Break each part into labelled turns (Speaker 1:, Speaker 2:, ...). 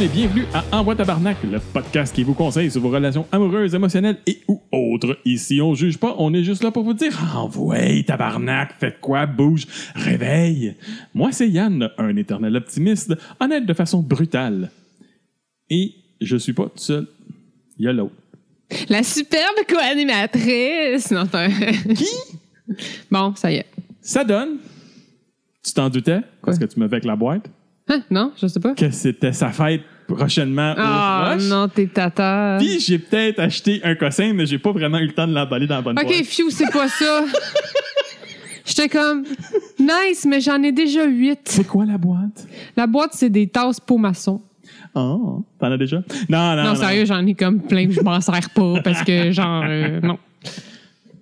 Speaker 1: et bienvenue à Envoi Tabarnak, le podcast qui vous conseille sur vos relations amoureuses, émotionnelles et ou autres. Ici, on juge pas, on est juste là pour vous dire Envoie Tabarnak, faites quoi, bouge, réveille. Moi, c'est Yann, un éternel optimiste, honnête de façon brutale. Et je suis pas tout seul. Il y a l'autre.
Speaker 2: La superbe co-animatrice. Non, c'est un-
Speaker 1: Qui
Speaker 2: Bon, ça y est.
Speaker 1: Ça donne. Tu t'en doutais parce que tu me fais avec la boîte
Speaker 2: Hein? Non, je sais pas.
Speaker 1: que c'était sa fête prochainement au
Speaker 2: Ah
Speaker 1: Rush.
Speaker 2: non, t'es tata.
Speaker 1: Puis j'ai peut-être acheté un cossin, mais j'ai pas vraiment eu le temps de l'emballer dans la bonne
Speaker 2: Ok,
Speaker 1: boîte.
Speaker 2: fiou, c'est pas ça. J'étais comme, nice, mais j'en ai déjà huit.
Speaker 1: C'est quoi la boîte?
Speaker 2: La boîte, c'est des tasses pour maçon.
Speaker 1: Oh, t'en as déjà? Non, non,
Speaker 2: Non,
Speaker 1: non.
Speaker 2: sérieux, j'en ai comme plein, je m'en sers pas parce que, genre, euh, non.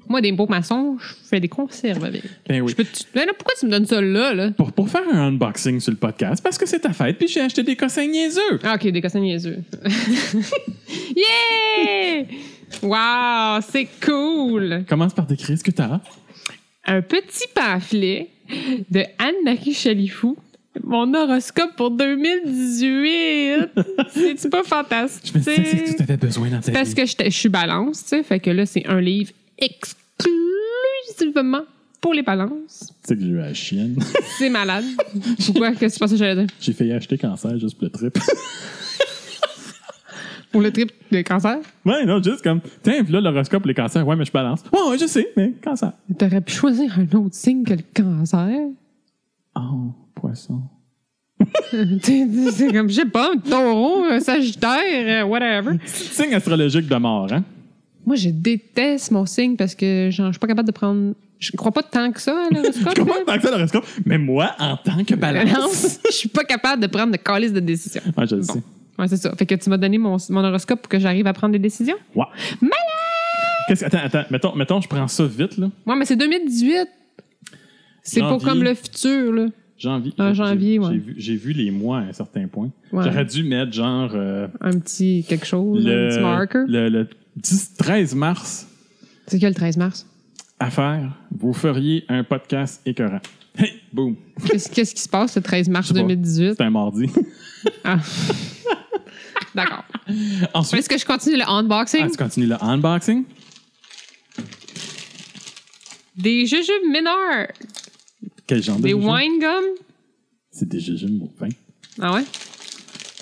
Speaker 2: Moi, des pots maçons, je fais des conserves avec.
Speaker 1: Ben oui.
Speaker 2: Je peux te- Mais là, pourquoi tu me donnes ça là, là?
Speaker 1: Pour, pour faire un unboxing sur le podcast, parce que c'est ta fête, puis j'ai acheté des cossins niaiseux.
Speaker 2: Ah, ok, des cossins niaiseux. yeah! Wow, c'est cool!
Speaker 1: Commence par décrire ce que t'as.
Speaker 2: Un petit pamphlet de Anne-Marie Chalifou. Mon horoscope pour 2018! C'est-tu pas fantastique?
Speaker 1: Je me disais c'est ce que tu avais besoin dans ta vie.
Speaker 2: Parce que j'étais- je suis balance, tu sais, fait que là, c'est un livre exclusivement pour les
Speaker 1: Tu
Speaker 2: balances.
Speaker 1: sais que j'ai eu la chienne.
Speaker 2: C'est malade. Pourquoi? Qu'est-ce que tu pensais que j'allais dire?
Speaker 1: j'ai failli acheter cancer juste pour le trip.
Speaker 2: Pour le trip de cancer?
Speaker 1: ouais, non, juste comme, tiens, puis là, l'horoscope, les cancers, ouais, mais je balance. Ouais, ouais, je sais, mais cancer.
Speaker 2: T'aurais pu choisir un autre signe que le cancer.
Speaker 1: Oh, poisson.
Speaker 2: T'sais, c'est comme, je sais pas, un taureau, un sagittaire, euh, whatever.
Speaker 1: Signe astrologique de mort, hein?
Speaker 2: Moi, je déteste mon signe parce que, genre, je suis pas capable de prendre. Je crois pas tant que ça à l'horoscope.
Speaker 1: Je comprends
Speaker 2: là.
Speaker 1: pas que ça l'horoscope, mais moi, en tant que balance.
Speaker 2: Balance. Je suis pas capable de prendre de calice de décision.
Speaker 1: Ouais, je le
Speaker 2: Bon.
Speaker 1: sais.
Speaker 2: Ouais, c'est ça. Fait que tu m'as donné mon, mon horoscope pour que j'arrive à prendre des décisions.
Speaker 1: Ouais. Malade! Qu'est-ce que, attends, attends, mettons, mettons, je prends ça vite, là.
Speaker 2: Ouais, mais c'est 2018. C'est pas
Speaker 1: Janvier.
Speaker 2: comme le futur, là.
Speaker 1: Janvier. j'ai-
Speaker 2: Ah, janvier,
Speaker 1: j'ai-
Speaker 2: ouais.
Speaker 1: J'ai vu, j'ai vu les mois à un certain point.
Speaker 2: Ouais.
Speaker 1: J'aurais dû mettre, genre, euh,
Speaker 2: Un petit quelque chose, un petit marker.
Speaker 1: le, le, le 10, 13 mars
Speaker 2: C'est que le 13 mars?
Speaker 1: à faire, vous feriez un podcast écœurant. Hey, boum!
Speaker 2: Qu'est-ce qu'est-ce qui se passe le 13 mars
Speaker 1: Je sais pas.
Speaker 2: 2018?
Speaker 1: C'est un mardi.
Speaker 2: Ah. D'accord.
Speaker 1: Ensuite,
Speaker 2: Est-ce que je continue le unboxing?
Speaker 1: ah, tu continues le unboxing.
Speaker 2: Des jujubes mineurs.
Speaker 1: Quel genre de
Speaker 2: Des
Speaker 1: jujubes?
Speaker 2: wine gums.
Speaker 1: C'est des jujubes au vin.
Speaker 2: Ah ouais?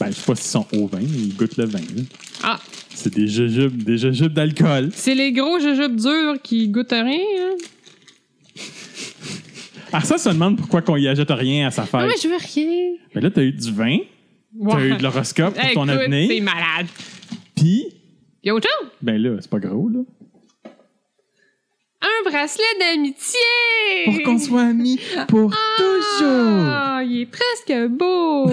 Speaker 1: Ben, je sais pas s'ils sont au vin, mais ils goûtent le vin. là.
Speaker 2: Ah,
Speaker 1: C'est des jujubes, des jujubes d'alcool.
Speaker 2: c'est les gros jujubes durs qui goûtent à rien. hein?
Speaker 1: Ah, ça, ça demande pourquoi qu'on y achète rien à sa fête.
Speaker 2: Non,
Speaker 1: mais,
Speaker 2: Ah, mais je veux rien.
Speaker 1: là, t'as eu du vin, t'as
Speaker 2: Ouais.
Speaker 1: eu de l'horoscope pour
Speaker 2: Hey,
Speaker 1: ton
Speaker 2: écoute, T'es
Speaker 1: avenir,
Speaker 2: malade.
Speaker 1: puis
Speaker 2: Y'a autre chose?
Speaker 1: Ben là, c'est pas gros, là.
Speaker 2: Un bracelet d'amitié.
Speaker 1: Pour qu'on soit amis pour toujours.
Speaker 2: Ah, il est presque beau.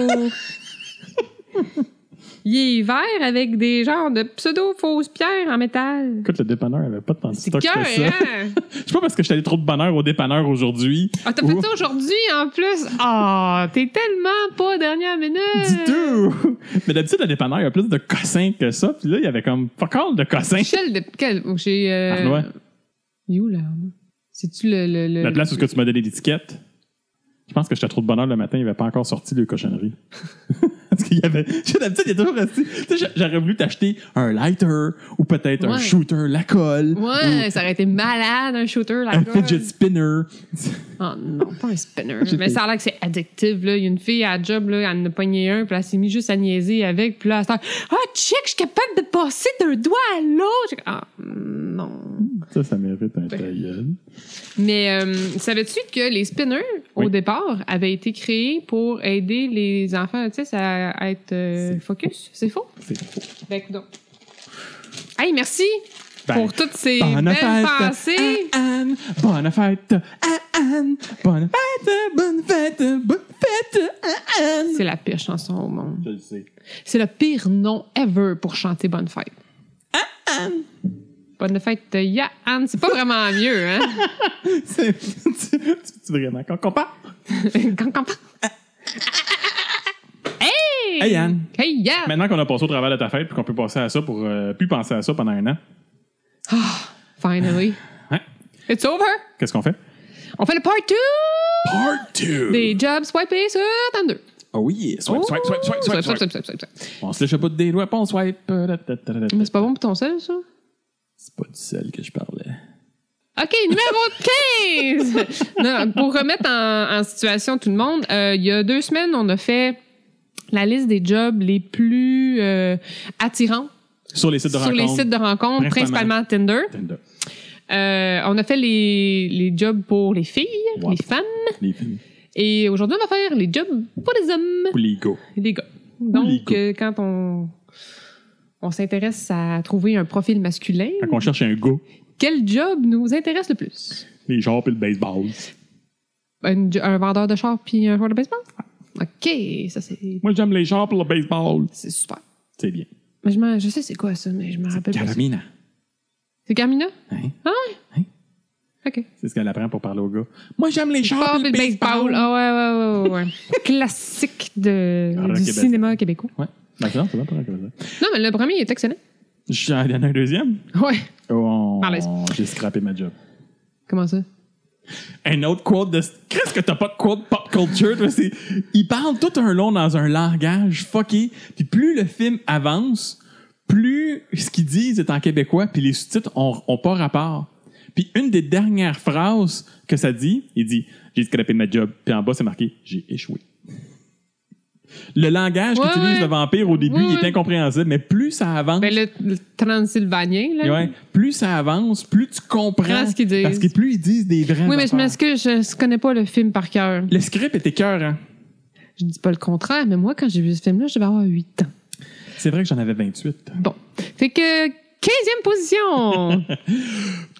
Speaker 2: il est vert avec des genres de pseudo-fausses pierres en métal.
Speaker 1: Écoute, le dépanneur avait pas tant de
Speaker 2: C'est
Speaker 1: stock que ça.
Speaker 2: hein?
Speaker 1: Je sais pas parce que j'étais allé trop de bonheur au dépanneur aujourd'hui.
Speaker 2: Ah, t'as fait ça aujourd'hui en plus? Ah, t'es tellement pas dernière minute!
Speaker 1: Du
Speaker 2: Euh.
Speaker 1: tout! Mais d'habitude, le dépanneur, il y a plus de cossins que ça. Puis là, il y avait comme fuck all de cossins.
Speaker 2: Michel de. Quel... oh, J'ai. euh,
Speaker 1: Arnois,
Speaker 2: Il est où, là? C'est-tu le. le, le-
Speaker 1: la place où est-ce que tu m'as donné l'étiquette, je pense que j'étais trop de bonheur le matin, il avait pas encore sorti les cochonneries. Parce qu'il y avait. tu sais, D'habitude, il est toujours resté. Tu sais, j'aurais voulu t'acheter un lighter ou peut-être un
Speaker 2: Ouais.
Speaker 1: shooter, la colle.
Speaker 2: Ouais, ça aurait été malade, un shooter, la
Speaker 1: Un
Speaker 2: colle.
Speaker 1: fidget spinner.
Speaker 2: Oh non, pas un spinner.
Speaker 1: J'ai
Speaker 2: Mais ça a l'air que c'est addictif, là. Il y a une fille à la job, là, elle en a pogné un, puis elle s'est mise juste à niaiser avec, puis là, elle s'est dit Ah, check, je suis capable de passer d'un doigt à l'autre! J'ai comme, Ah, non.
Speaker 1: Ça, ça mérite un
Speaker 2: Ben.
Speaker 1: tailleul.
Speaker 2: Mais euh, savais-tu que les spinners, au
Speaker 1: Oui.
Speaker 2: départ, avaient été créés pour aider les enfants autistes à, à être euh,
Speaker 1: C'est
Speaker 2: focus? C'est faux?
Speaker 1: C'est faux.
Speaker 2: Ben, coudonc. Hey, merci
Speaker 1: Ben,
Speaker 2: pour toutes ces
Speaker 1: bonne
Speaker 2: belles
Speaker 1: fête,
Speaker 2: pensées.
Speaker 1: Anne, bonne fête, Anne, bonne fête, bonne fête, bonne fête, Anne.
Speaker 2: C'est la pire chanson au monde.
Speaker 1: Je le sais.
Speaker 2: C'est le pire nom ever pour chanter Bonne Fête. Bonne fête, ya Anne. C'est pas vraiment mieux, hein?
Speaker 1: C'est tu- tu- tu vraiment qu'on compare.
Speaker 2: Quand quand- quand- Hey!
Speaker 1: Hey, Anne.
Speaker 2: Hey Yann!
Speaker 1: Maintenant qu'on a passé au travers de ta fête puis qu'on peut passer à ça pour euh, plus penser à ça pendant un an,
Speaker 2: Finally.
Speaker 1: Hein?
Speaker 2: It's over!
Speaker 1: qu'est-ce qu'on fait?
Speaker 2: On fait le part 2
Speaker 1: Part 2!
Speaker 2: des jobs swipés sur Tinder.
Speaker 1: Oh yeah. Swipe,
Speaker 2: Oh!
Speaker 1: swipe, swipe, swipe, swipe, swipe.
Speaker 2: swipe, swipe, swipe.
Speaker 1: On se lèche pas des doigts, puis on swipe.
Speaker 2: Mais c'est pas bon pour ton sel, ça?
Speaker 1: C'est pas du seul que je parlais.
Speaker 2: OK, numéro 15! non, pour remettre en, en situation tout le monde, euh, il y a deux semaines, on a fait la liste des jobs les plus euh, attirants
Speaker 1: Sur les sites de
Speaker 2: sur les
Speaker 1: rencontres.
Speaker 2: sites de rencontres,
Speaker 1: Principalement.
Speaker 2: principalement Tinder.
Speaker 1: Tinder.
Speaker 2: Euh, on a fait les, les jobs pour les filles,
Speaker 1: Wow.
Speaker 2: les femmes,
Speaker 1: Les filles.
Speaker 2: et aujourd'hui, on va faire les jobs pour les hommes
Speaker 1: Ou les gars.
Speaker 2: et les gars.
Speaker 1: les
Speaker 2: Donc,
Speaker 1: gars.
Speaker 2: euh, quand on, on s'intéresse à trouver un profil masculin,
Speaker 1: Quand on cherche un gars,
Speaker 2: quel job nous intéresse le plus?
Speaker 1: les genres puis le baseball.
Speaker 2: Un, un vendeur de char puis un joueur de baseball? OK, ça c'est
Speaker 1: Moi, j'aime les genres pour le baseball.
Speaker 2: c'est super.
Speaker 1: C'est bien.
Speaker 2: Mais je, m'en- je sais c'est quoi ça, mais je me rappelle pas. ça.
Speaker 1: Carmina.
Speaker 2: C'est Carmina?
Speaker 1: Hein?
Speaker 2: OK.
Speaker 1: C'est ce qu'elle apprend pour parler aux gars. Moi, j'aime les genres
Speaker 2: Char
Speaker 1: puis
Speaker 2: puis le baseball. Ah ouais, ouais, ouais, ouais. ouais. Classique de,
Speaker 1: Ah,
Speaker 2: du
Speaker 1: Québec.
Speaker 2: cinéma québécois.
Speaker 1: Ouais. Ben, c'est bon, c'est bon, c'est bon.
Speaker 2: Non, mais le premier il est excellent.
Speaker 1: J'en donne un deuxième.
Speaker 2: Ouais.
Speaker 1: Oh,
Speaker 2: Malaise.
Speaker 1: on... J'ai scrappé ma job.
Speaker 2: Comment ça?
Speaker 1: Un autre quote de. Qu'est-ce que t'as pas de quote pop culture? toi, c'est- Il parle tout un long dans un langage fucké. Puis plus le film avance, plus ce qu'ils disent est en québécois, puis les sous-titres ont, ont pas rapport. Puis une des dernières phrases que ça dit, il dit J'ai scrappé ma job. Puis en bas, c'est marqué J'ai échoué. Le langage
Speaker 2: Ouais,
Speaker 1: qu'utilise
Speaker 2: ouais.
Speaker 1: le vampire au début,
Speaker 2: Ouais,
Speaker 1: il est
Speaker 2: ouais.
Speaker 1: incompréhensible, mais plus ça avance.
Speaker 2: Ben, le, le Transylvanien, là.
Speaker 1: Ouais, plus ça avance, plus tu comprends.
Speaker 2: Comprends ce qu'ils disent.
Speaker 1: Parce que plus ils disent des vrais.
Speaker 2: Oui, mais je
Speaker 1: affaires.
Speaker 2: m'excuse, je connais pas le film par cœur.
Speaker 1: Le script était hein. écœurant.
Speaker 2: Je dis pas le contraire, mais moi, quand j'ai vu ce film-là, je devais avoir 8 ans.
Speaker 1: C'est vrai que j'en avais 28.
Speaker 2: Bon. Fait que 15e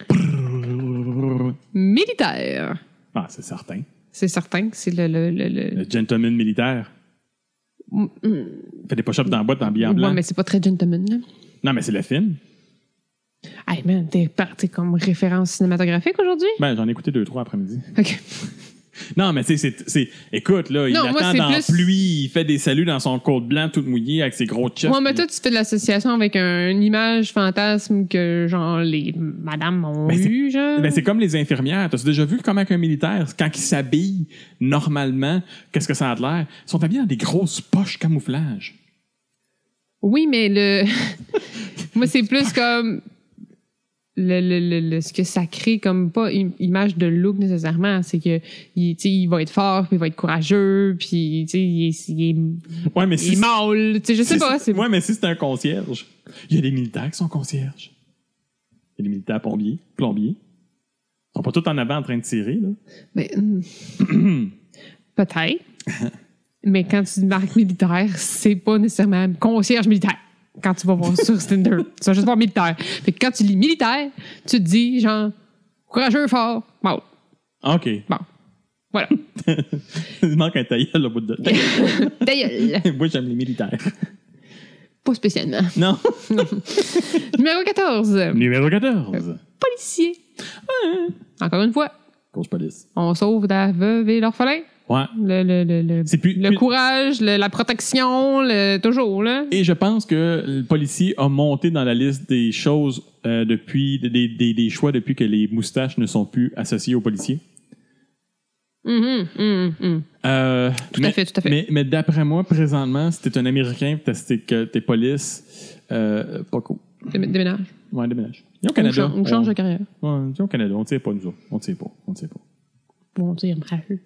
Speaker 2: position! Militaire.
Speaker 1: Ah, c'est certain.
Speaker 2: C'est certain que c'est le. le, le, le-
Speaker 1: Le gentleman militaire.
Speaker 2: Mm, mm.
Speaker 1: Fait des push-ups dans la boîte en billet en blanc.
Speaker 2: Ouais, mais c'est pas très gentleman, là.
Speaker 1: Non, mais c'est le film.
Speaker 2: Hey man, t'es parti comme référence cinématographique aujourd'hui?
Speaker 1: Ben, j'en ai écouté deux, trois après-midi.
Speaker 2: OK.
Speaker 1: Non, mais tu sais, c'est- c'est. Écoute, là, il
Speaker 2: Non, moi,
Speaker 1: attend
Speaker 2: c'est
Speaker 1: dans la
Speaker 2: plus-
Speaker 1: pluie, il fait des saluts dans son côte blanc tout mouillé avec ses gros chests.
Speaker 2: Moi, mais toi, tu fais de l'association avec un- une image fantasme que, genre, les madames ont
Speaker 1: Ben, c'est-
Speaker 2: eu, genre.
Speaker 1: Ben, c'est comme les infirmières. T'as déjà vu comment un militaire, quand ils s'habillent normalement, qu'est-ce que ça a de l'air? Ils sont habillés dans des grosses poches camouflage.
Speaker 2: Oui, mais le. Moi, c'est plus comme. Le, le, le, le- ce que ça crée comme pas une image de look nécessairement, c'est que il, tu sais, il va être fort, puis il va être courageux, puis tu sais, il est, il est,
Speaker 1: Ouais, mais
Speaker 2: il est
Speaker 1: si.
Speaker 2: mâle, tu sais, je sais
Speaker 1: si-
Speaker 2: pas. c'est-
Speaker 1: Ouais, mais si c'est un concierge. Il y a des militaires qui sont concierges. Il y a des militaires plombiers. plombiers. Ils sont pas tous en avant en train de tirer, là.
Speaker 2: Mais, hum, Peut-être. mais quand tu marques militaire, c'est pas nécessairement concierge militaire. Quand tu vas voir sur Tinder, tu vas juste voir militaire. Fait que quand tu lis militaire, tu te dis genre courageux, fort, mâle.
Speaker 1: Ah, OK.
Speaker 2: Bon. Voilà.
Speaker 1: Il manque un tailleul au bout de.
Speaker 2: Ta gueule.
Speaker 1: Moi, j'aime les militaires.
Speaker 2: Pas spécialement.
Speaker 1: Non.
Speaker 2: Numéro 14.
Speaker 1: Numéro 14.
Speaker 2: Policier. Encore une fois,
Speaker 1: Coach police.
Speaker 2: on sauve la veuve et l'orphelin.
Speaker 1: Ouais.
Speaker 2: Le, le, le, le,
Speaker 1: C'est plus-
Speaker 2: le
Speaker 1: plus-
Speaker 2: courage, le- la protection, le, toujours, là.
Speaker 1: Et je pense que le policier a monté dans la liste des choses euh, depuis, des, des- des choix depuis que les moustaches ne sont plus associées aux policiers.
Speaker 2: Mhm, mhm, mhm.
Speaker 1: Euh,
Speaker 2: Tout
Speaker 1: mais-
Speaker 2: à fait, tout à fait.
Speaker 1: Mais, mais d'après moi, présentement, si t'es un Américain pis t'as- c'est que t'es police, euh, pas cool.
Speaker 2: Dé- Déménage.
Speaker 1: Ouais, déménage. Et au
Speaker 2: On
Speaker 1: Canada.
Speaker 2: change, on change de
Speaker 1: on-
Speaker 2: carrière.
Speaker 1: ouais, tu sais, au Canada, on tire pas, nous autres. On tire pas. On tire pas.
Speaker 2: Bon, tu sais, il me rassure.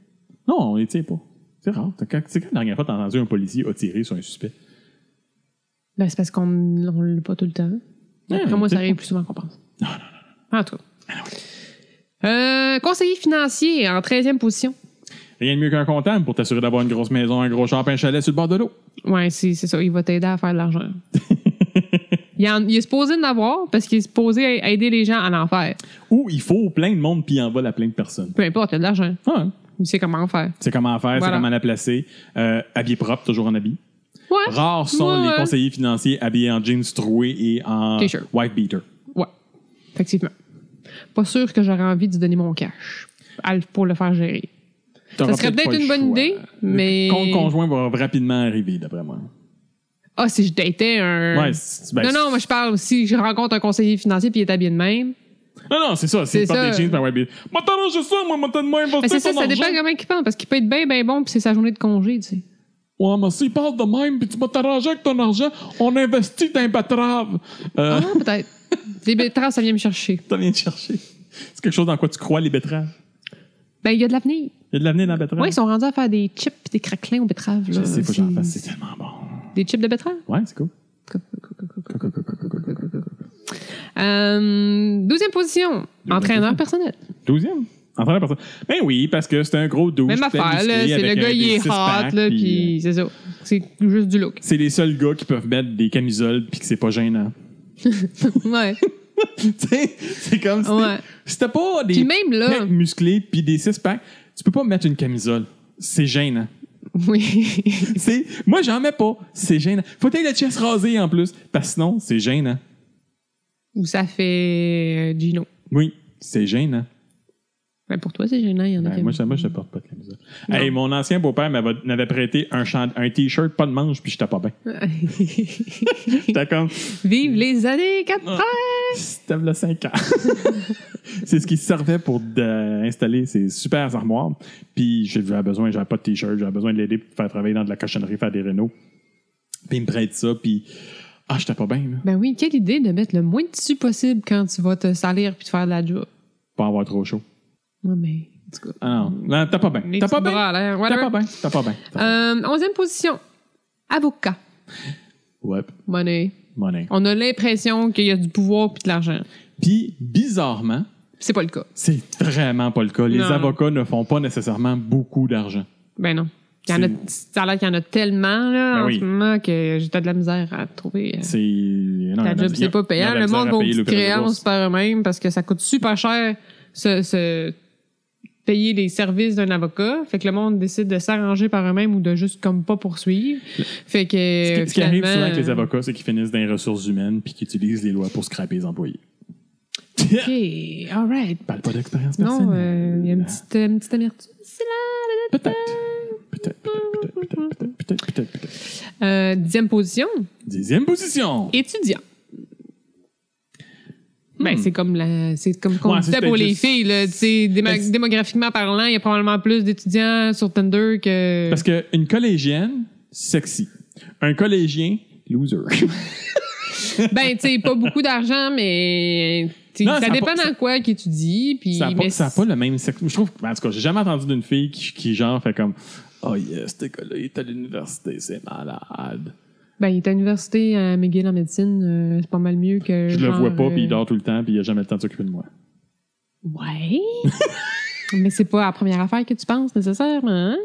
Speaker 1: Non, on les tire pas. C'est rare. T'as- quand- C'est quand la dernière fois t'as entendu un policier tirer sur un suspect?
Speaker 2: Ben, c'est parce qu'on ne l'a pas tout le temps. Après,
Speaker 1: Ouais,
Speaker 2: moi, ça
Speaker 1: peut-être
Speaker 2: arrive plus souvent qu'on pense.
Speaker 1: Non, non, non.
Speaker 2: En tout cas. Euh, conseiller financier en 13e position.
Speaker 1: Rien de mieux qu'un comptable pour t'assurer d'avoir une grosse maison, un gros champ, un chalet sur le bord de l'eau.
Speaker 2: Ouais, c'est c'est ça. Il va t'aider à faire de l'argent. il, en- il est supposé en avoir parce qu'il est supposé a- aider les gens à l'en faire.
Speaker 1: Ou il faut plein de monde puis il envole à plein de personnes.
Speaker 2: Peu importe, il a de l'argent.
Speaker 1: Ouais.
Speaker 2: Il sait comment en faire.
Speaker 1: C'est comment faire, c'est
Speaker 2: Voilà.
Speaker 1: comment la placer. Euh, habillé propre, toujours en habit.
Speaker 2: Ouais.
Speaker 1: Rares sont
Speaker 2: Ouais,
Speaker 1: les
Speaker 2: ouais.
Speaker 1: conseillers financiers habillés en jeans troués et en
Speaker 2: T-shirt.
Speaker 1: white beater.
Speaker 2: Ouais. Effectivement. Pas sûr que j'aurais envie de lui donner mon cash à- pour le faire gérer.
Speaker 1: T'auras
Speaker 2: Ça serait peut-être
Speaker 1: pas
Speaker 2: une
Speaker 1: le
Speaker 2: bonne
Speaker 1: choix.
Speaker 2: idée, mais-
Speaker 1: Le compte conjoint va rapidement arriver, d'après moi.
Speaker 2: Ah, si je datais un.
Speaker 1: Ouais, c'est- ben,
Speaker 2: non, non, moi je parle aussi. Je rencontre un conseiller financier puis il est habillé de même.
Speaker 1: Non, non, c'est ça.
Speaker 2: C'est
Speaker 1: C'est pas
Speaker 2: ça.
Speaker 1: des jeans, ben ouais, mais. Moi, t'arranges ça, moi, moi, t'as de moi,
Speaker 2: Ben,
Speaker 1: investir
Speaker 2: c'est
Speaker 1: ton
Speaker 2: ça,
Speaker 1: argent.
Speaker 2: ça dépend comment il pense. Parce qu'il peut être bien, bien bon puis c'est sa journée de congé, tu sais.
Speaker 1: Ouais, mais s'il parle de même, puis tu vas t'arranger avec ton argent, on investit dans les betteraves. Euh,
Speaker 2: Ah, peut-être. Les betteraves, ça vient me chercher.
Speaker 1: T'en viens de chercher. C'est quelque chose dans quoi tu crois, les betteraves.
Speaker 2: Ben, il y a de l'avenir.
Speaker 1: Il y a de l'avenir dans la betterave.
Speaker 2: Oui, ils sont rendus à faire des chips et des craquelins aux betteraves. Là.
Speaker 1: Je sais, faut que j'en
Speaker 2: C'est-
Speaker 1: fasse. C'est tellement bon.
Speaker 2: Des chips de betteraves?
Speaker 1: Ouais, c'est cool.
Speaker 2: Euh, douzième position, entraîneur
Speaker 1: position.
Speaker 2: personnel.
Speaker 1: Douzième. En train de personne. Ben oui, parce que c'est un gros douche.
Speaker 2: Même
Speaker 1: plein
Speaker 2: affaire, là,
Speaker 1: musclé,
Speaker 2: c'est le
Speaker 1: avec
Speaker 2: gars,
Speaker 1: un-
Speaker 2: il
Speaker 1: des
Speaker 2: est
Speaker 1: six-packs,
Speaker 2: hot, là,
Speaker 1: puis, euh,
Speaker 2: puis c'est ça. C'est juste du look.
Speaker 1: C'est les seuls gars qui peuvent mettre des camisoles puis que c'est pas gênant.
Speaker 2: Ouais,
Speaker 1: tu sais, c'est comme si
Speaker 2: ouais.
Speaker 1: c'était pas des
Speaker 2: Puis même là,
Speaker 1: pecs musclés puis des six-packs. Tu peux pas mettre une camisole. C'est gênant.
Speaker 2: oui.
Speaker 1: C'est- Moi, j'en mets pas. C'est gênant. Faut être le chest rasé en plus. Parce que sinon, c'est gênant.
Speaker 2: Ou ça fait euh, Gino.
Speaker 1: Oui, c'est gênant.
Speaker 2: Ben, pour toi, c'est gênant, il y en a
Speaker 1: Ouais,
Speaker 2: qui-
Speaker 1: moi, je, moi, je porte pas de camisole.
Speaker 2: Non.
Speaker 1: Hey, mon ancien beau-père m'avait m'avait prêté un, chan- un T-shirt, pas de manche, puis j'étais pas bien. J'étais comme, Mm.
Speaker 2: Vive les années 80!
Speaker 1: Ah. c'était le 5 ans. c'est ce qui servait pour de- installer ces super armoires. Puis j'avais besoin, j'avais pas de T-shirt, j'avais besoin de l'aider pour faire travailler dans de la cochonnerie, faire des rénaux. Puis il me prête ça, puis ah, j'étais pas bien, là.
Speaker 2: Ben oui, quelle idée de mettre le moins de tissu possible quand tu vas te salir puis te faire de la job.
Speaker 1: Pas avoir trop chaud.
Speaker 2: Non, mais, en tout cas.
Speaker 1: Ah non, non t'as pas bien.
Speaker 2: les
Speaker 1: T'as pas
Speaker 2: petits
Speaker 1: bien.
Speaker 2: bras à l'air,
Speaker 1: T'as pas
Speaker 2: whatever.
Speaker 1: bien. T'as pas bien. T'as pas bien.
Speaker 2: Euh, onzième position, avocat.
Speaker 1: Ouais,
Speaker 2: Money.
Speaker 1: monnaie.
Speaker 2: On a l'impression qu'il y a du pouvoir puis de l'argent.
Speaker 1: Puis bizarrement,
Speaker 2: C'est pas le cas.
Speaker 1: C'est vraiment pas le cas. Les
Speaker 2: Non.
Speaker 1: avocats ne font pas nécessairement beaucoup d'argent.
Speaker 2: Ben non. Il y en a, ça a l'air qu'il y en a tellement là,
Speaker 1: Ben
Speaker 2: en
Speaker 1: oui.
Speaker 2: ce moment que j'ai de la misère à trouver. euh,
Speaker 1: C'est. non,
Speaker 2: La
Speaker 1: il y en a-
Speaker 2: job,
Speaker 1: il y
Speaker 2: c'est
Speaker 1: a-
Speaker 2: pas
Speaker 1: il y en
Speaker 2: payant.
Speaker 1: a
Speaker 2: Le
Speaker 1: bizarre
Speaker 2: monde
Speaker 1: à
Speaker 2: va aux
Speaker 1: payer le
Speaker 2: petites
Speaker 1: prix de la
Speaker 2: créances
Speaker 1: bourse.
Speaker 2: par eux-mêmes parce que ça coûte super cher ce, ce- payer les services d'un avocat. Fait que le monde décide de s'arranger par eux-mêmes ou de juste comme pas poursuivre. Fait que
Speaker 1: Ce qui, ce qui arrive
Speaker 2: finalement,
Speaker 1: souvent avec les avocats, c'est qu'ils finissent dans les ressources humaines puis qu'ils utilisent les lois pour scraper les employés.
Speaker 2: OK, all right.
Speaker 1: Parle pas d'expérience personnelle.
Speaker 2: Non, euh, il y a une petite, une petite amertume. C'est là.
Speaker 1: Peut-être. Peut-être, peut-être, peut-être, peut-être, peut-être, peut-être, peut-être.
Speaker 2: Euh, dixième position,
Speaker 1: Dixième position.
Speaker 2: étudiant. Ben,
Speaker 1: Hmm.
Speaker 2: c'est comme la, c'est comme qu'on
Speaker 1: Ouais,
Speaker 2: disait
Speaker 1: c'est
Speaker 2: pour les
Speaker 1: juste- Ben,
Speaker 2: filles, là. Tu sais, déma-
Speaker 1: Parce-
Speaker 2: démographiquement parlant, il y a probablement plus d'étudiants sur Tinder que.
Speaker 1: Parce qu'une collégienne, sexy. Un collégien, loser.
Speaker 2: Ben, tu sais, pas beaucoup d'argent, mais. tu sais,
Speaker 1: Non, ça
Speaker 2: ça
Speaker 1: a
Speaker 2: dépend
Speaker 1: pas-
Speaker 2: dans quoi qu'ils étudient. Puis,
Speaker 1: Ça n'a pas,
Speaker 2: mais
Speaker 1: ça a pas le même sexe. Je trouve, en tout cas, j'ai jamais entendu d'une fille qui, qui, genre fait comme Oh yes, ce gars-là, il est à l'université, c'est malade.
Speaker 2: Ben, il est à l'université à McGill en médecine, euh, c'est pas mal mieux que.
Speaker 1: Je le
Speaker 2: genre,
Speaker 1: vois pas,
Speaker 2: euh,
Speaker 1: puis il dort tout le temps, puis il a jamais le temps de s'occuper de moi.
Speaker 2: Ouais. mais c'est pas la première affaire que tu penses nécessairement, hein?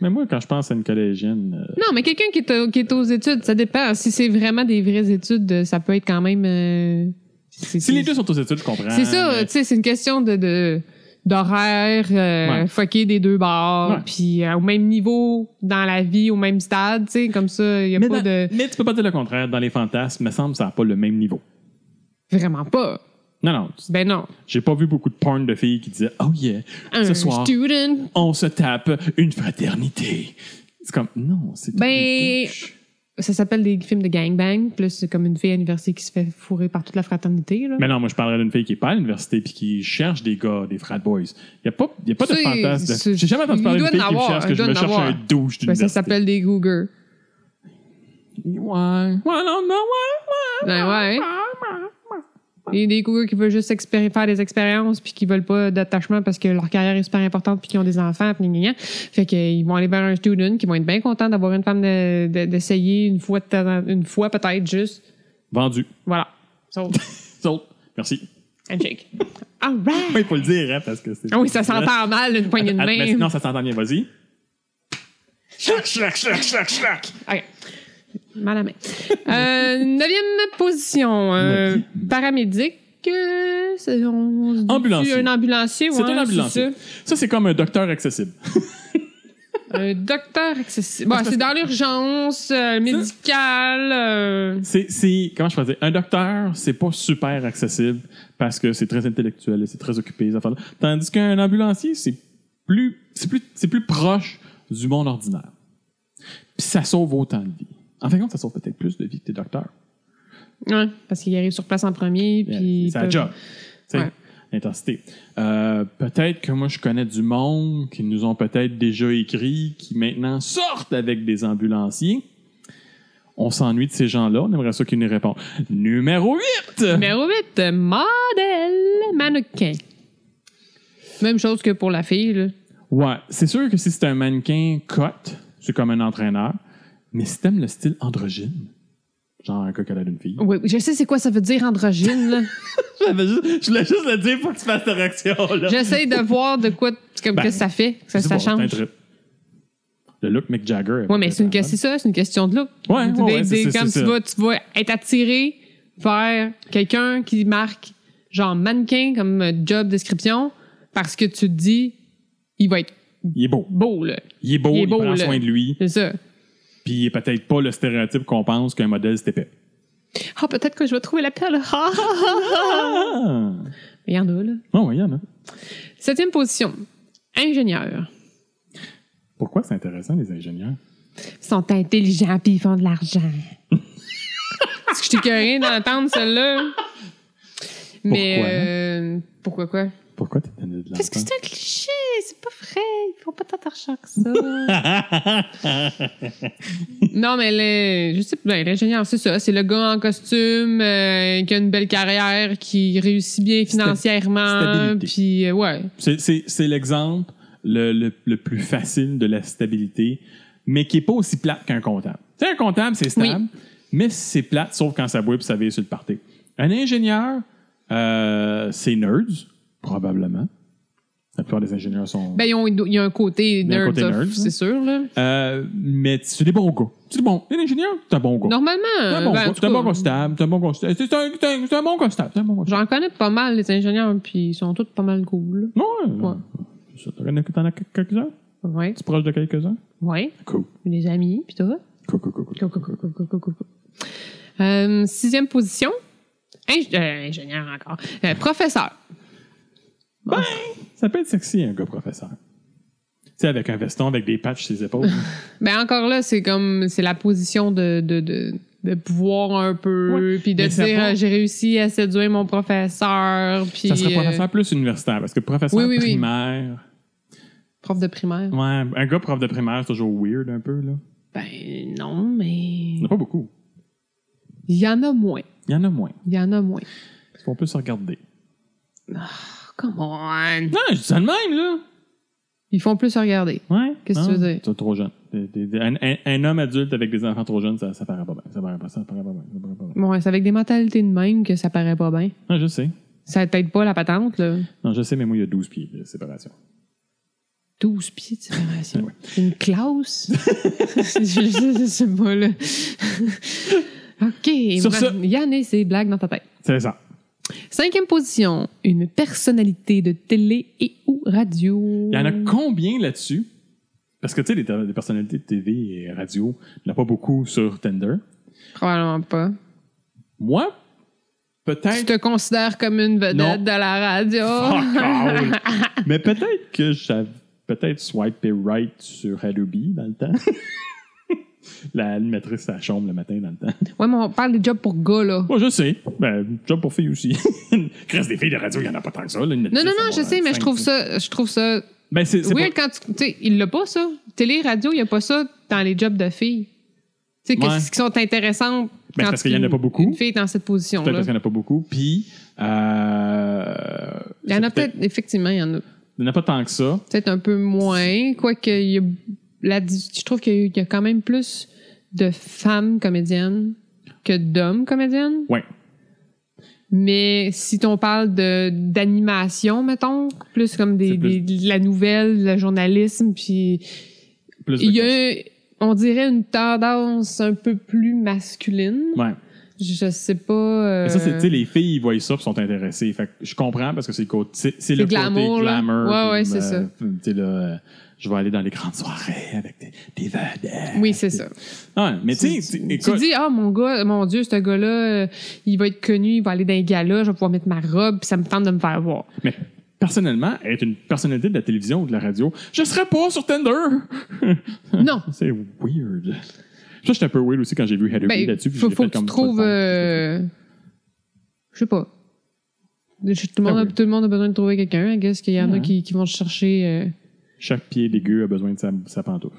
Speaker 1: Mais moi, quand je pense à une collégienne, euh,
Speaker 2: Non, mais quelqu'un qui, est au- qui est aux études, ça dépend. Si c'est vraiment des vraies études, euh, ça peut être quand même. euh, c'est-
Speaker 1: si les deux sont aux études, je comprends.
Speaker 2: C'est ça,
Speaker 1: mais-
Speaker 2: tu sais, c'est une question de. de- d'horaire, euh,
Speaker 1: Ouais.
Speaker 2: fucké des deux
Speaker 1: Ouais.
Speaker 2: bords, puis euh, au même niveau dans la vie, au même stade, tu sais, comme ça, il n'y a
Speaker 1: Mais,
Speaker 2: pas
Speaker 1: dans-
Speaker 2: de...
Speaker 1: mais tu peux pas dire le contraire. Dans les fantasmes, me semble, ça n'a pas le même niveau.
Speaker 2: Vraiment pas.
Speaker 1: Non, non.
Speaker 2: Ben non.
Speaker 1: J'ai pas vu beaucoup de porn de filles qui disaient Oh yeah, ce
Speaker 2: Un
Speaker 1: soir,
Speaker 2: student.
Speaker 1: on se tape une fraternité. C'est comme Non, c'est toutes
Speaker 2: Ben,
Speaker 1: des douches.
Speaker 2: Ça s'appelle des films de gangbang. Plus c'est comme une fille à l'université qui se fait fourrer par toute la fraternité. Là. Ben,
Speaker 1: Mais non, moi, je parlerais d'une fille qui est pas à l'université puis qui cherche des gars, des frat boys. Il n'y a pas, y a pas de
Speaker 2: C'est-
Speaker 1: fantasme. de-
Speaker 2: c'est-
Speaker 1: J'ai jamais entendu
Speaker 2: il
Speaker 1: parler d'une
Speaker 2: doit
Speaker 1: fille
Speaker 2: en
Speaker 1: qui me
Speaker 2: avoir,
Speaker 1: cherche que
Speaker 2: il
Speaker 1: je
Speaker 2: doit
Speaker 1: me
Speaker 2: en
Speaker 1: cherche
Speaker 2: avoir.
Speaker 1: un douche
Speaker 2: Ben, ça
Speaker 1: d'université.
Speaker 2: s'appelle des Googers.
Speaker 1: Ouais. Ouais, non, non, ouais, ouais.
Speaker 2: Ben ouais. Et des Googers qui veulent juste expéri- faire des expériences puis qui veulent pas d'attachement parce que leur carrière est super importante puis qu'ils ont des enfants. Puis, gna, gna, gna. Fait qu'ils vont aller vers un student qui vont être bien contents d'avoir une femme de- de- d'essayer une fois, de temps en- une fois peut-être juste.
Speaker 1: Vendu.
Speaker 2: Voilà. So,
Speaker 1: Saute. Merci.
Speaker 2: handshake. All right.
Speaker 1: Ouais, Il faut le dire, hein, parce que c'est.
Speaker 2: Ah oui, ça s'entend mal, une poignée de
Speaker 1: Ah, mais-
Speaker 2: main.
Speaker 1: Non, ça s'entend bien, vas-y. Chlac, chlac, chlac, chlac, chlac.
Speaker 2: OK. Mal à la main. Euh, neuvième position. euh, paramédic. euh, c'est- on se dit
Speaker 1: Ambulancier.
Speaker 2: Un ambulancier.
Speaker 1: C'est
Speaker 2: ouais,
Speaker 1: un ambulancier. Ça, c'est comme un docteur accessible.
Speaker 2: ça. Un Euh, docteur accessible. Bon, c'est dans l'urgence euh, médicale. euh,
Speaker 1: C'est, c'est- comment je peux dire, un docteur, c'est pas super accessible parce que c'est très intellectuel et c'est très occupé, les affaires-là. Tandis qu'un ambulancier, c'est plus, c'est plus, c'est plus proche du monde ordinaire. Puis ça sauve autant de vies. En fin de compte, ça sauve peut-être plus de vies que tes docteurs.
Speaker 2: ouais, parce qu'il arrive sur place en premier. Puis
Speaker 1: C'est la job. Tu sais,
Speaker 2: Ouais.
Speaker 1: Intensité. Euh, peut-être que moi, je connais du monde qui nous ont peut-être déjà écrit, qui maintenant sortent avec des ambulanciers. On s'ennuie de ces gens-là. On aimerait ça qu'ils nous répondent. Numéro 8!
Speaker 2: Numéro 8, modèle mannequin. Même chose que pour la fille. Là.
Speaker 1: Ouais, c'est sûr que si c'est un mannequin cote, c'est comme un entraîneur. Mais si t'aimes le style androgyne, genre un coq à la d'une fille.
Speaker 2: Oui, je sais c'est quoi ça veut dire androgyne. là.
Speaker 1: J'avais juste- Je voulais juste le dire pour que tu fasses ta réaction. Là.
Speaker 2: J'essaie de voir de quoi, comme
Speaker 1: Ben,
Speaker 2: que ça fait, que ça,
Speaker 1: C'est
Speaker 2: ça
Speaker 1: bon, c'est un
Speaker 2: change.
Speaker 1: trip. Le look Mick Jagger.
Speaker 2: Oui, mais c'est une, que- c'est ça, c'est une question de look.
Speaker 1: Ouais, ouais,
Speaker 2: Des-
Speaker 1: ouais, c'est-
Speaker 2: des-
Speaker 1: c'est-
Speaker 2: comme
Speaker 1: c'est
Speaker 2: tu
Speaker 1: ça.
Speaker 2: vas, tu vas être attiré vers quelqu'un qui marque genre mannequin comme euh, job description parce que tu te dis il va être
Speaker 1: Il est beau.
Speaker 2: beau là.
Speaker 1: Il est beau,
Speaker 2: Il
Speaker 1: il,
Speaker 2: est beau,
Speaker 1: prend
Speaker 2: là.
Speaker 1: soin de lui.
Speaker 2: C'est ça.
Speaker 1: Puis il est peut-être pas le stéréotype qu'on pense qu'un modèle c'est épais.
Speaker 2: Ah peut-être que je vais trouver la perle. Ah, ah, ah, ah.
Speaker 1: Ah!
Speaker 2: Il y en a là.
Speaker 1: Oh, ouais, il y en a.
Speaker 2: Septième position. Ingénieurs.
Speaker 1: Pourquoi c'est intéressant, les ingénieurs?
Speaker 2: Ils sont intelligents puis ils font de l'argent. Est-ce que je t'ai curé d'entendre celle-là? Mais
Speaker 1: Pourquoi?
Speaker 2: euh, pourquoi quoi?
Speaker 1: Pourquoi t'es donné de
Speaker 2: Parce que
Speaker 1: l'argent?
Speaker 2: c'est un cliché, c'est pas vrai. Ils font pas tant d'argent que ça. non, mais le, je sais pas, ben, l'ingénieur, c'est ça. C'est le gars en costume euh, qui a une belle carrière, qui réussit bien financièrement.
Speaker 1: stabilité.
Speaker 2: Puis, euh, ouais.
Speaker 1: C'est- C'est c'est l'exemple le, le- le plus facile de la stabilité, mais qui est pas aussi plate qu'un comptable. Tu sais, un comptable, c'est stable, mais c'est plate, sauf quand ça boit et ça vire sur le party. Un ingénieur, euh, c'est nerds, probablement. La plupart des ingénieurs sont...
Speaker 2: Ben, ils ont- il y a un côté
Speaker 1: Il y a un
Speaker 2: nerd,
Speaker 1: côté
Speaker 2: of-
Speaker 1: nerd,
Speaker 2: c'est
Speaker 1: hein.
Speaker 2: sûr. Là.
Speaker 1: Euh, mais c'est des bons gars. C'est des bons... Un ingénieur, c'est un bon gars.
Speaker 2: Normalement,
Speaker 1: C'est un
Speaker 2: euh,
Speaker 1: bon
Speaker 2: ben, en
Speaker 1: gars,
Speaker 2: tout
Speaker 1: c'est un
Speaker 2: cas,
Speaker 1: bon constable, c'est un bon constable. C'est un, c'est un- c'est un bon constable, c'est un bon constable.
Speaker 2: j'en connais pas mal, les ingénieurs, puis ils sont tous pas mal cool.
Speaker 1: Ouais.
Speaker 2: Ouais.
Speaker 1: C'est ça. T'en as- T'en as quelques-uns?
Speaker 2: là. Ouais,
Speaker 1: Tu es proche de quelques-uns?
Speaker 2: ouais.
Speaker 1: Cool.
Speaker 2: Les amis, puis tout.
Speaker 1: Cool, cool, cool. cool.
Speaker 2: Go, go, go, go, go, go, go, go. Euh, sixième position. Ing- euh, ingénieur encore. Euh, professeur.
Speaker 1: Ça peut être sexy, un gars professeur. Tu sais, avec un veston, avec des patchs sur ses épaules.
Speaker 2: Ben encore là, c'est comme c'est la position de, de, de, de pouvoir un peu,
Speaker 1: Ouais,
Speaker 2: puis de
Speaker 1: mais ça
Speaker 2: dire
Speaker 1: va.
Speaker 2: euh, j'ai réussi à séduire mon professeur, puis
Speaker 1: ça serait
Speaker 2: euh,
Speaker 1: professeur plus universitaire, parce que professeur
Speaker 2: Oui, oui, oui.
Speaker 1: primaire...
Speaker 2: prof de primaire.
Speaker 1: Ouais, un gars prof de primaire, c'est toujours weird un peu, là.
Speaker 2: Ben non,
Speaker 1: Il n'y en
Speaker 2: mais
Speaker 1: a pas beaucoup.
Speaker 2: il y en a moins.
Speaker 1: Il y en a moins.
Speaker 2: Il y en a moins.
Speaker 1: Est-ce qu'on peut se regarder?
Speaker 2: Oh, come on.
Speaker 1: Non, je dis ça de même, là!
Speaker 2: Ils font plus se regarder.
Speaker 1: Ouais.
Speaker 2: Qu'est-ce que
Speaker 1: Non,
Speaker 2: tu veux dire?
Speaker 1: T'es trop jeune. T'es- t'es- t'es- Un, un- un homme adulte avec des enfants trop jeunes, ça, ça paraît pas bien. Ça paraît pas, ça paraît pas bien. Ça paraît pas bien.
Speaker 2: Bon, ouais, c'est avec des mentalités de même que ça paraît pas bien.
Speaker 1: Non, je sais.
Speaker 2: Ça t'aide pas la patente, là.
Speaker 1: Non, je sais, mais moi, il y a 12 pieds de séparation.
Speaker 2: 12 pieds de séparation.
Speaker 1: Ouais.
Speaker 2: Une classe? je, je- je sais pas, là. OK.
Speaker 1: Sur
Speaker 2: Bra-
Speaker 1: ce-
Speaker 2: Yann et ses blagues dans ta tête.
Speaker 1: C'est ça.
Speaker 2: Cinquième position, une personnalité de télé et ou radio.
Speaker 1: Il y en a
Speaker 2: Mm.
Speaker 1: combien là-dessus? Parce que, tu sais, les, ter- les personnalités de TV et radio, il n'y en a pas beaucoup sur Tinder.
Speaker 2: Probablement pas.
Speaker 1: Moi,
Speaker 2: Tu
Speaker 1: peut-être...
Speaker 2: te considères comme une vedette
Speaker 1: Hein? Non.
Speaker 2: de la radio.
Speaker 1: Fuck all. Mais peut-être que j'avais peut-être swipé right sur Adobe dans le temps. la animatrice à la chambre le matin dans le temps.
Speaker 2: Ouais, mais on parle des jobs pour gars, là.
Speaker 1: Moi, je sais. Ben, job pour filles aussi. Reste des filles de radio, il n'y en a pas tant que ça. Là,
Speaker 2: Non, non, non, je sais, mais je trouve ça, je trouve ça
Speaker 1: Ben, c'est c'est
Speaker 2: weird
Speaker 1: pas-
Speaker 2: quand tu. Tu sais, il l'a pas, ça. Télé, radio, il n'y a pas ça dans les jobs de filles. Tu sais,
Speaker 1: Ouais.
Speaker 2: qu'est-ce qui sont intéressantes.
Speaker 1: Ben,
Speaker 2: quand
Speaker 1: parce qu'il y en a
Speaker 2: une-
Speaker 1: pas beaucoup.
Speaker 2: Une fille est dans cette
Speaker 1: Peut-être
Speaker 2: position-là.
Speaker 1: parce qu'il n'y en a pas beaucoup. Puis, euh,
Speaker 2: Il y en a
Speaker 1: c'est
Speaker 2: peut-être, effectivement, il y en a
Speaker 1: Il n'y en a pas tant que ça.
Speaker 2: peut-être un peu moins. Quoique, il y a la dis- je trouve qu'il y a- il y a quand même plus de femmes comédiennes que d'hommes comédiennes.
Speaker 1: Ouais.
Speaker 2: Mais si on parle de d'animation, mettons, plus comme des,
Speaker 1: C'est plus-
Speaker 2: des- de la nouvelle, le journalisme, puis
Speaker 1: Plus de
Speaker 2: il y a, on dirait, une tendance un peu plus masculine.
Speaker 1: Ouais.
Speaker 2: Je, je sais pas.
Speaker 1: Mais ça, c'est,
Speaker 2: euh,
Speaker 1: tu sais, les filles, ils voient ça puis sont intéressées. Fait que je comprends parce que c'est le côté, c'est, c'est le
Speaker 2: C'est glamour,
Speaker 1: côté
Speaker 2: là.
Speaker 1: glamour.
Speaker 2: Ouais, ouais,
Speaker 1: puis,
Speaker 2: c'est
Speaker 1: euh,
Speaker 2: ça.
Speaker 1: puis, Tu sais, là, euh, je vais aller dans les grandes soirées avec des, des vedettes.
Speaker 2: Oui, c'est ça.
Speaker 1: Ouais, mais tu sais,
Speaker 2: Tu-
Speaker 1: tu-
Speaker 2: tu-
Speaker 1: écoute,
Speaker 2: Tu dis, ah, mon gars, mon Dieu, ce gars-là, euh, il va être connu, il va aller dans les galas, je vais pouvoir mettre ma robe, puis ça me tente de me faire voir.
Speaker 1: mais personnellement, être une personnalité de la télévision ou de la radio, je serais pas sur Tinder.
Speaker 2: non.
Speaker 1: c'est weird. Ça, j'étais un peu weird aussi quand j'ai vu Heather
Speaker 2: Ben,
Speaker 1: là-dessus. puis je
Speaker 2: faut,
Speaker 1: l'ai
Speaker 2: faut
Speaker 1: fait
Speaker 2: que tu
Speaker 1: comme
Speaker 2: trouves.
Speaker 1: pas le temps.
Speaker 2: euh, je sais pas. Je- Tout le, monde
Speaker 1: Ah
Speaker 2: a,
Speaker 1: oui.
Speaker 2: tout le monde a besoin de trouver quelqu'un. I guess qu'il y en a
Speaker 1: Ouais.
Speaker 2: qui, qui vont chercher. euh,
Speaker 1: Chaque pied dégueu a besoin de sa, sa pantoufle.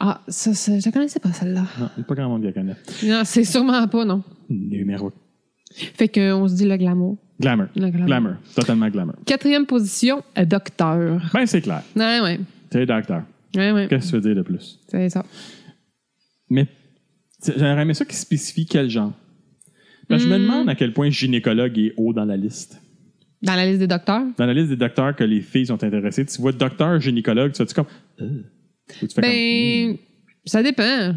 Speaker 2: Ah, ça, ça, je la connaissais pas celle-là.
Speaker 1: Non, il n'y a pas grand monde qui la connaît.
Speaker 2: Non, c'est sûrement pas, non.
Speaker 1: Numéro.
Speaker 2: Fait qu'on se dit le glamour.
Speaker 1: Glamour.
Speaker 2: Le glamour.
Speaker 1: Glamour. Totalement glamour.
Speaker 2: Quatrième position, euh, docteur.
Speaker 1: Ben, c'est clair.
Speaker 2: Ouais, ouais.
Speaker 1: T'es docteur.
Speaker 2: Ouais, ouais.
Speaker 1: Qu'est-ce que tu veux dire de plus?
Speaker 2: C'est ça.
Speaker 1: Mais t'sais, j'aimerais aimé ça qui spécifie quel genre. Parce que Je me
Speaker 2: Hmm.
Speaker 1: demande à quel point gynécologue est haut dans la liste.
Speaker 2: Dans la liste des docteurs.
Speaker 1: Dans la liste des docteurs que les filles sont intéressées, tu vois docteur, gynécologue, tu fais comme. Euh. Ou tu fais comme,
Speaker 2: Ben, ça dépend.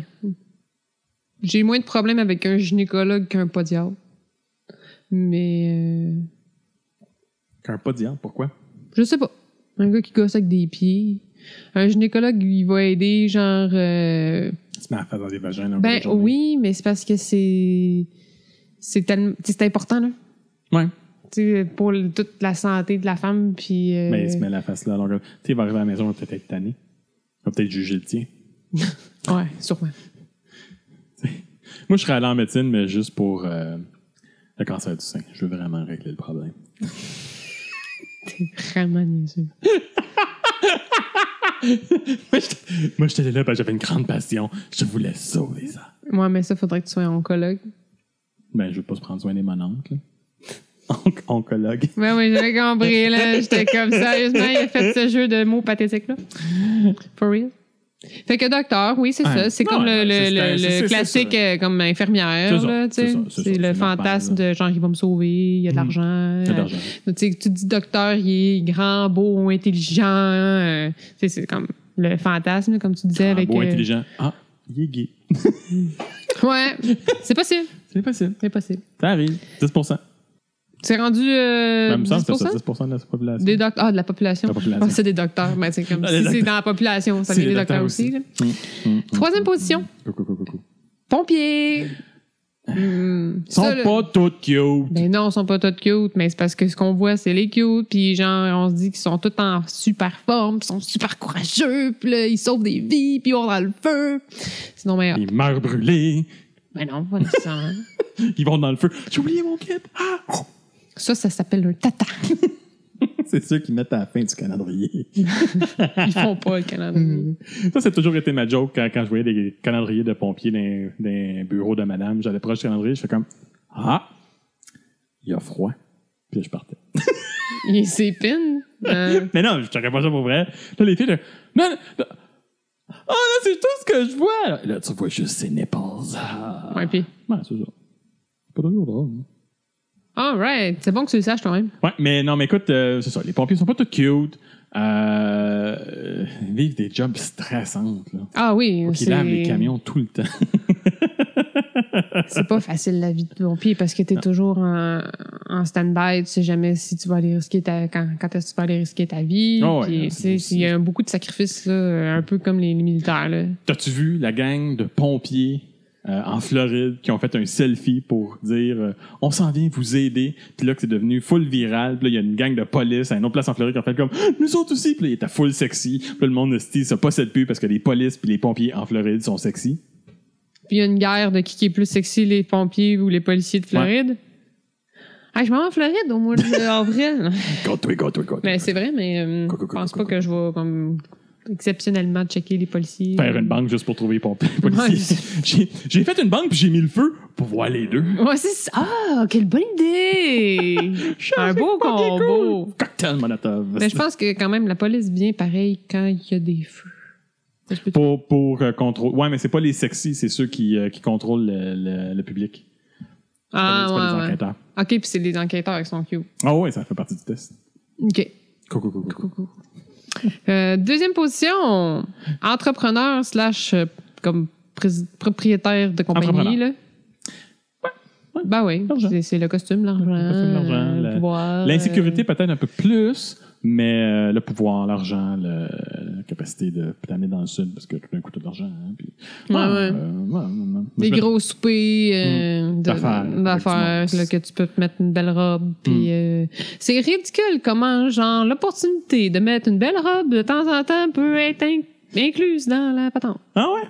Speaker 2: J'ai moins de problèmes avec un gynécologue qu'un podiatre. Mais, euh,
Speaker 1: Hmm, qu'un pas de diable, pourquoi?
Speaker 2: je sais pas. Un gars qui gosse avec des pieds. Un gynécologue, il va aider, genre. euh,
Speaker 1: Tu te mets à faire dans des vagins. là,
Speaker 2: Ben
Speaker 1: une journée.
Speaker 2: oui, mais c'est parce que c'est. C'est tellement. tu sais, C'est important, là.
Speaker 1: Ouais.
Speaker 2: Tu sais, pour le- toute la santé de la femme, puis. euh,
Speaker 1: Mais il se met la face là. Donc, tu sais, il va arriver à la maison, il va peut-être être tanné. Il va peut-être juger le tien.
Speaker 2: Ouais, sûrement.
Speaker 1: Moi, je serais allé en médecine, mais juste pour euh, le cancer du sein. Je veux vraiment régler le problème.
Speaker 2: T'es vraiment niaiseux.
Speaker 1: Moi, j'étais- Moi, j'étais là parce que j'avais une grande passion. Je voulais sauver ça.
Speaker 2: Ouais, mais ça, faudrait que tu sois oncologue.
Speaker 1: Ben, je veux pas se prendre soin des mon oncle. Onc- oncologue.
Speaker 2: Ben oui, j'avais compris, là. J'étais comme, sérieusement, il a fait ce jeu de mots pathétiques, là. For real. Fait que docteur, oui, c'est
Speaker 1: Ouais.
Speaker 2: ça. C'est
Speaker 1: Non,
Speaker 2: comme le,
Speaker 1: ouais,
Speaker 2: le-
Speaker 1: c'est-
Speaker 2: le-
Speaker 1: c'est-
Speaker 2: le
Speaker 1: c'est-
Speaker 2: classique
Speaker 1: c'est
Speaker 2: euh, comme infirmière,
Speaker 1: C'est ça,
Speaker 2: là, tu
Speaker 1: c'est
Speaker 2: sais.
Speaker 1: ça, c'est
Speaker 2: C'est
Speaker 1: ça,
Speaker 2: le
Speaker 1: c'est normal,
Speaker 2: fantasme de genre, il va me sauver, il y a de
Speaker 1: Mhm. T'as
Speaker 2: l'argent.
Speaker 1: de
Speaker 2: euh,
Speaker 1: l'argent.
Speaker 2: Tu sais, tu dis docteur, il est grand, beau, intelligent. euh, tu sais, c'est comme le fantasme, comme tu disais.
Speaker 1: Ah,
Speaker 2: avec,
Speaker 1: beau,
Speaker 2: euh,
Speaker 1: intelligent. Ah, il est gay.
Speaker 2: Ouais, c'est possible.
Speaker 1: C'est facile.
Speaker 2: C'est possible.
Speaker 1: Ça arrive. 10
Speaker 2: C'est rendu euh,
Speaker 1: Même ça,
Speaker 2: 10
Speaker 1: c'est ça, 10 de la population.
Speaker 2: Des doc- ah, de la population.
Speaker 1: De la population.
Speaker 2: Ah, c'est des docteurs. mais c'est comme
Speaker 1: Ah, des
Speaker 2: si c'est
Speaker 1: docteurs.
Speaker 2: dans la population, ça
Speaker 1: C'est
Speaker 2: vient des
Speaker 1: des
Speaker 2: docteurs,
Speaker 1: docteurs
Speaker 2: aussi. là.
Speaker 1: Hum, hum.
Speaker 2: Troisième position,
Speaker 1: Coucou, coucou, coucou.
Speaker 2: pompiers. Hmm,
Speaker 1: Ils sont
Speaker 2: ça, là-
Speaker 1: pas toutes cute.
Speaker 2: Ben non, ils sont pas tous cute, mais c'est parce que ce qu'on voit, c'est les cute, puis genre, on se dit qu'ils sont tous en super forme, puis ils sont super courageux, puis là, ils sauvent des vies, puis ils vont dans le feu. Sinon, mais,
Speaker 1: Ils meurent brûlés.
Speaker 2: ben non, pas nécessairement.
Speaker 1: Ils vont dans le feu. J'ai oublié mon kit. Ah! Oh!
Speaker 2: ça, ça s'appelle un tata.
Speaker 1: C'est ceux qui mettent à la fin du calendrier.
Speaker 2: Ils font pas le calendrier.
Speaker 1: Ça, c'est toujours été ma joke quand, quand je voyais des calendriers de pompiers dans des bureaux de madame. J'allais proche du calendrier, je fais comme Ah, il y a froid. Puis je partais.
Speaker 2: Ils s'épinent. hein.
Speaker 1: Mais non, je ne pas ça pour vrai. Là, les filles, là, non, non, non. Oh, là, c'est tout ce que je vois. Là, Là, tu vois juste ses nipples. Ah.
Speaker 2: Ouais, puis.
Speaker 1: Ouais, c'est ça. C'est pas toujours drôle. hein.
Speaker 2: All right. C'est bon que tu le saches, toi même.
Speaker 1: Ouais, mais non, mais écoute, euh, c'est ça. Les pompiers sont pas tout cute. Euh, ils vivent des jobs stressantes. Là.
Speaker 2: Ah oui.
Speaker 1: Faut qu'ils lavent les camions tout le temps.
Speaker 2: C'est pas facile la vie de pompier parce que t'es toujours en, en stand-by, tu sais jamais si tu vas aller risquer ta quand, quand est-ce que tu vas aller risquer ta vie.
Speaker 1: Ah ouais,
Speaker 2: puis,
Speaker 1: hein,
Speaker 2: tu
Speaker 1: c'est
Speaker 2: sais,
Speaker 1: aussi-
Speaker 2: il y a beaucoup de sacrifices là, un peu comme les, les militaires là.
Speaker 1: T'as-tu vu la gang de pompiers euh, en Floride qui ont fait un selfie pour dire euh, on s'en vient vous aider puis là que c'est devenu full viral puis là il y a une gang de police à une autre place en Floride qui ont fait comme nous autres aussi puis là il était full sexy puis là, le monde hostie se possède plus parce que les polices puis les pompiers en Floride sont sexy
Speaker 2: Puis il y a une guerre de qui qui est plus sexy, les pompiers ou les policiers de Floride. Ah, je m'en vais en Floride au mois d'avril.
Speaker 1: go toi go toi go
Speaker 2: ben c'est vrai, mais euh,
Speaker 1: Go, go,
Speaker 2: je
Speaker 1: go,
Speaker 2: pense
Speaker 1: go, go,
Speaker 2: pas que je vais comme exceptionnellement checker les policiers.
Speaker 1: faire une banque juste pour trouver les pompiers policiers.
Speaker 2: c'est-
Speaker 1: j'ai j'ai fait une banque puis j'ai mis le feu pour voir les deux
Speaker 2: Ouais, c'est ça. Ah, quelle bonne idée! Un beau combo!
Speaker 1: cocktail monotone
Speaker 2: Mais Ben, je pense que quand même, la police vient pareil quand il y a des feux. Ça se peut-
Speaker 1: pour, pour euh, contrôler ouais mais c'est pas les sexy c'est ceux qui, euh, qui contrôlent le- le- le public
Speaker 2: Ah,
Speaker 1: c'est pas des
Speaker 2: ouais, ouais.
Speaker 1: enquêteurs.
Speaker 2: OK, puis c'est les enquêteurs qui sont cute.
Speaker 1: Ah ouais, ça fait partie du test.
Speaker 2: OK,
Speaker 1: Coucou, coucou, coucou.
Speaker 2: coucou. Euh, deuxième position, entrepreneur slash euh, comme prés- propriétaire de compagnie.
Speaker 1: Entrepreneur.
Speaker 2: Là.
Speaker 1: ouais.
Speaker 2: Ben oui,
Speaker 1: L'argent.
Speaker 2: c'est- c'est le costume, l'argent,
Speaker 1: Le costume, l'argent,
Speaker 2: euh, le
Speaker 1: la-
Speaker 2: pouvoir.
Speaker 1: L'insécurité peut-être un peu plus, mais euh, le pouvoir, l'argent, le- la capacité de planer dans le sud, parce que tout d'un coup, t'as de l'argent. hein, puis... euh,
Speaker 2: Ouais, ouais. Des
Speaker 1: gros.
Speaker 2: gros soupers euh, de-
Speaker 1: Hmm. D'affaires, Hmm. avec du
Speaker 2: d'affaires,
Speaker 1: monde.
Speaker 2: là, que tu peux te mettre une belle robe. Puis, euh, c'est ridicule comment, genre, l'opportunité de mettre une belle robe de temps en temps peut être in- incluse dans la patente.
Speaker 1: Ah ouais?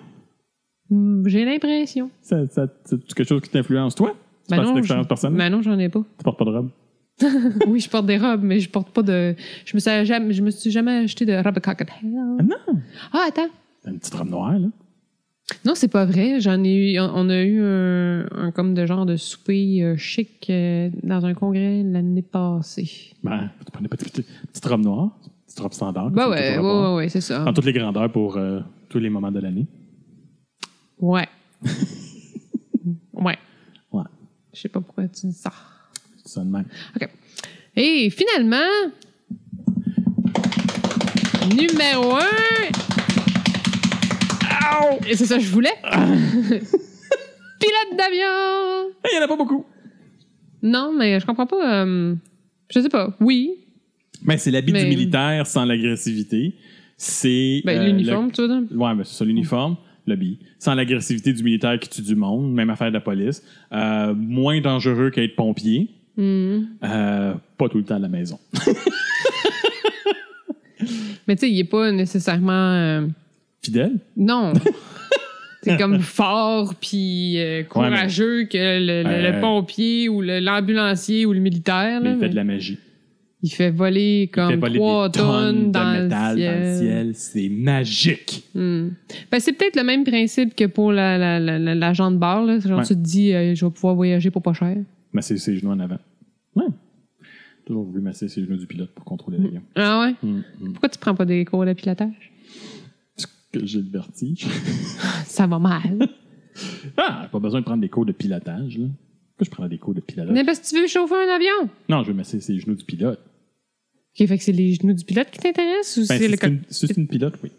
Speaker 2: Hmm, J'ai l'impression.
Speaker 1: Ça- ça- C'est quelque chose qui t'influence, toi? Tu
Speaker 2: Ben
Speaker 1: passes
Speaker 2: non,
Speaker 1: une expérience
Speaker 2: je-
Speaker 1: personnelle?
Speaker 2: Mais non, j'en ai pas.
Speaker 1: Tu portes pas de robe?
Speaker 2: oui, je porte des robes, mais je porte pas de. Je me suis jamais, je me suis jamais acheté de robe à cocktail.
Speaker 1: Ah non!
Speaker 2: Ah, attends.
Speaker 1: T'as une petite robe noire, là.
Speaker 2: Non, c'est pas vrai. J'en ai eu, on- on a eu un, un comme de genre de souper euh, chic euh, dans un congrès l'année passée.
Speaker 1: Ben, tu prenais pas une petite, petite robe noire, une petite robe standard.
Speaker 2: Bah
Speaker 1: comme ça,
Speaker 2: ouais, ouais,
Speaker 1: toujours avoir.
Speaker 2: ouais, ouais, c'est ça.
Speaker 1: En toutes les grandeurs pour euh, tous les moments de l'année.
Speaker 2: Ouais. ouais.
Speaker 1: Ouais.
Speaker 2: Je sais pas pourquoi tu dis ça.
Speaker 1: C'est ça de même.
Speaker 2: Et finalement, numéro un. Ow! Et c'est ça que je voulais. Pilote d'avion.
Speaker 1: Il n'y en a pas beaucoup.
Speaker 2: Non, mais je comprends pas. euh, je sais pas. Oui.
Speaker 1: Mais c'est l'habit
Speaker 2: Mais-
Speaker 1: du militaire sans l'agressivité. C'est.
Speaker 2: Ben,
Speaker 1: euh,
Speaker 2: l'uniforme, tu vois.
Speaker 1: le- Ouais, ben, c'est ça, l'uniforme, l'habit. Sans l'agressivité du militaire qui tue du monde, même affaire de la police. Euh, moins dangereux qu'être pompier.
Speaker 2: Hmm.
Speaker 1: Euh, pas tout le temps à la maison.
Speaker 2: Mais tu sais, il est pas nécessairement. euh,
Speaker 1: Fidèle?
Speaker 2: Non. C'est comme fort puis euh, courageux que le, le- le
Speaker 1: Euh,
Speaker 2: pompier ou le- l'ambulancier ou le militaire.
Speaker 1: mais
Speaker 2: là,
Speaker 1: il fait de
Speaker 2: Ah, mais
Speaker 1: la magie.
Speaker 2: il fait voler
Speaker 1: Il fait
Speaker 2: comme
Speaker 1: voler
Speaker 2: trois
Speaker 1: des
Speaker 2: tonnes,
Speaker 1: tonnes
Speaker 2: dans,
Speaker 1: de
Speaker 2: le
Speaker 1: métal
Speaker 2: ciel.
Speaker 1: dans le ciel. C'est magique.
Speaker 2: Hmm. Ben, c'est peut-être le même principe que pour la, la, la, la, la jambe barre. Là. Genre,
Speaker 1: Ouais.
Speaker 2: tu te dis, euh, je vais pouvoir voyager pour pas cher.
Speaker 1: Masser ses genoux en avant. Ouais. Toujours voulu masser ses genoux du pilote pour contrôler l'avion.
Speaker 2: Ah ouais?
Speaker 1: Hum, hum.
Speaker 2: Pourquoi tu prends pas des cours de pilotage?
Speaker 1: Que j'ai le vertige.
Speaker 2: Ça va mal.
Speaker 1: Ah, pas besoin de prendre des cours de pilotage. Là. Pourquoi je prends des cours de pilotage?
Speaker 2: Mais parce que tu veux chauffer un avion.
Speaker 1: Non, je veux masser ses genoux du pilote.
Speaker 2: OK, fait que c'est les genoux du pilote qui t'intéressent ou
Speaker 1: Ben,
Speaker 2: c'est
Speaker 1: si
Speaker 2: le...
Speaker 1: c'est
Speaker 2: coq-
Speaker 1: une, si c'est une pilote, oui.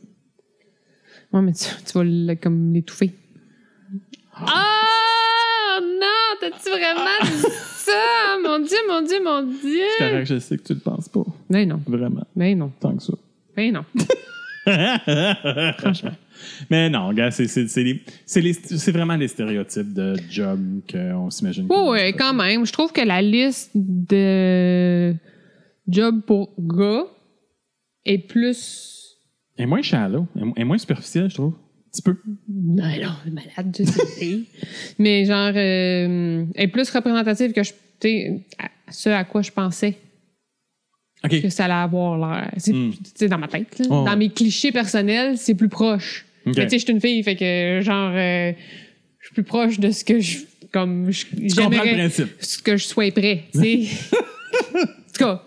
Speaker 2: Ouais, mais tu, tu vas le- comme l'étouffer. Ah non, t'as-tu vraiment dit ça? Mon Dieu, mon Dieu, mon
Speaker 1: C'est
Speaker 2: Dieu!
Speaker 1: correct, je sais que tu le penses pas.
Speaker 2: Mais Ben non,
Speaker 1: Vraiment,
Speaker 2: mais non,
Speaker 1: tant que ça.
Speaker 2: mais non. Franchement.
Speaker 1: Mais non, gars, c'est c'est- c'est les- c'est les- c'est vraiment les stéréotypes de job qu'on s'imagine.
Speaker 2: Oui, oui, quand même. Je trouve que la liste de jobs pour gars est plus.
Speaker 1: Et moins shallow, et, mo- et moins superficiel, je trouve. Un petit peu.
Speaker 2: Ben non, elle est malade, je sais. mais genre, euh, est plus représentative que je. tu sais, à- ce à quoi je pensais.
Speaker 1: OK.
Speaker 2: que ça allait avoir l'air. C'est
Speaker 1: Mm.
Speaker 2: tu sais, dans ma tête. là.
Speaker 1: Oh.
Speaker 2: Dans mes clichés personnels, c'est plus proche.
Speaker 1: Ok.
Speaker 2: Mais tu sais, je suis une fille, fait que genre, euh, je suis plus proche de ce que je. Comme je-
Speaker 1: Tu comprends le
Speaker 2: j'aimerais
Speaker 1: principe.
Speaker 2: ce que je sois prêt. tu sais. en tout cas,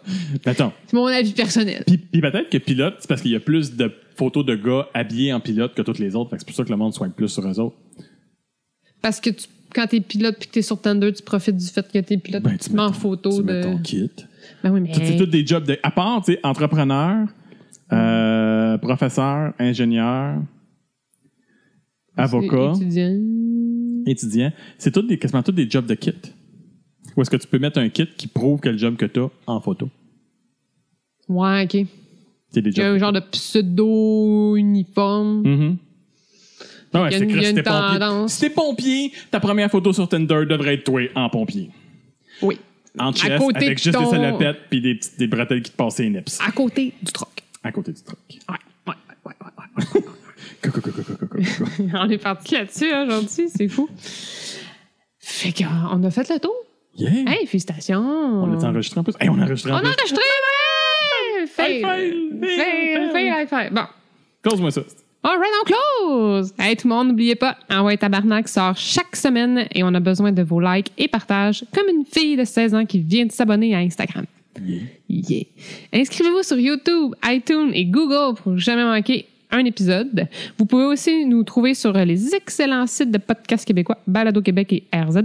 Speaker 1: Attends.
Speaker 2: c'est mon avis personnel.
Speaker 1: Puis, puis peut-être que pilote, c'est parce qu'il y a plus de photos de gars habillés en pilote que toutes les autres. Fait que c'est pour ça que le monde soigne plus sur eux autres.
Speaker 2: Parce que tu- quand t'es pilote puis que t'es sur Tinder, tu profites du fait que t'es pilote.
Speaker 1: Ben,
Speaker 2: tu
Speaker 1: tu
Speaker 2: te mets en
Speaker 1: mets ton-
Speaker 2: photo
Speaker 1: tu
Speaker 2: de.
Speaker 1: mets ton kit.
Speaker 2: Ben oui, mais.
Speaker 1: C'est tous des jobs de. À part, tu sais, entrepreneur, euh, professeur, ingénieur, avocat,
Speaker 2: Étudiant.
Speaker 1: étudiant. C'est toutes des, quasiment tous des jobs de kit. Ou est-ce que tu peux mettre un kit qui prouve que le job que tu as en photo?
Speaker 2: Ouais, ok.
Speaker 1: C'est des
Speaker 2: Il y
Speaker 1: jobs.
Speaker 2: a un genre de pseudo-uniforme.
Speaker 1: Mhm. Ah ouais,
Speaker 2: Il y
Speaker 1: c'est
Speaker 2: a une-
Speaker 1: que
Speaker 2: il y
Speaker 1: là,
Speaker 2: a
Speaker 1: si
Speaker 2: une
Speaker 1: t'es pompier,
Speaker 2: tendance.
Speaker 1: si t'es pompier, ta première photo sur Tinder devrait être toi en pompier.
Speaker 2: Oui.
Speaker 1: En chest,
Speaker 2: côté
Speaker 1: avec
Speaker 2: de
Speaker 1: juste
Speaker 2: ton-
Speaker 1: des salopettes puis des, petites- des bretelles qui te passaient les nips.
Speaker 2: À côté du troc.
Speaker 1: À côté du truc.
Speaker 2: Ouais, ouais, ouais, ouais, ouais.
Speaker 1: Co- co- co- co- co- co- co- co.
Speaker 2: On est parti là-dessus hein, aujourd'hui, c'est fou. Fait qu'on a fait le tour.
Speaker 1: Yeah!
Speaker 2: Hey, félicitations!
Speaker 1: On l'a enregistré en plus? Hey, on a enregistré
Speaker 2: Euh. On
Speaker 1: en
Speaker 2: a
Speaker 1: plus.
Speaker 2: enregistré! ouais! Fail!
Speaker 1: fail, fail,
Speaker 2: Fail!
Speaker 1: fail.
Speaker 2: Fail! fail. Bon.
Speaker 1: Close-moi ça.
Speaker 2: All right, on close! Hey, tout le monde, n'oubliez pas, Envoyez Tabarnak sort chaque semaine et on a besoin de vos likes et partages comme une fille de 16 ans qui vient de s'abonner à Instagram.
Speaker 1: Yeah.
Speaker 2: Yeah. Inscrivez-vous sur YouTube, iTunes et Google pour jamais manquer un épisode. Vous pouvez aussi nous trouver sur les excellents sites de podcasts québécois Balado Québec et RZO.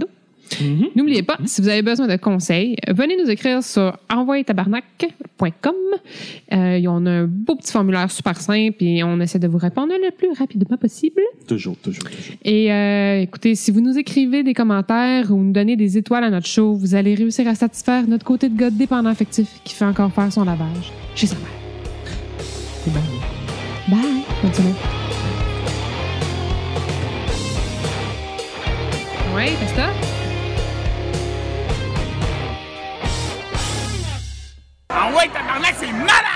Speaker 1: Mhm.
Speaker 2: N'oubliez pas, si vous avez besoin de conseils, venez nous écrire sur envoyetabarnak.com. Euh, et on a un beau petit formulaire super simple et on essaie de vous répondre le plus rapidement possible.
Speaker 1: Toujours, toujours, toujours.
Speaker 2: Et euh, écoutez, si vous nous écrivez des commentaires ou nous donnez des étoiles à notre show, vous allez réussir à satisfaire notre côté de gars dépendant affectif qui fait encore faire son lavage chez sa mère. C'est bien. Bye! Bonne semaine. Ouais, c'est ça?
Speaker 3: Ah ouais, tabarnak, c'est malade!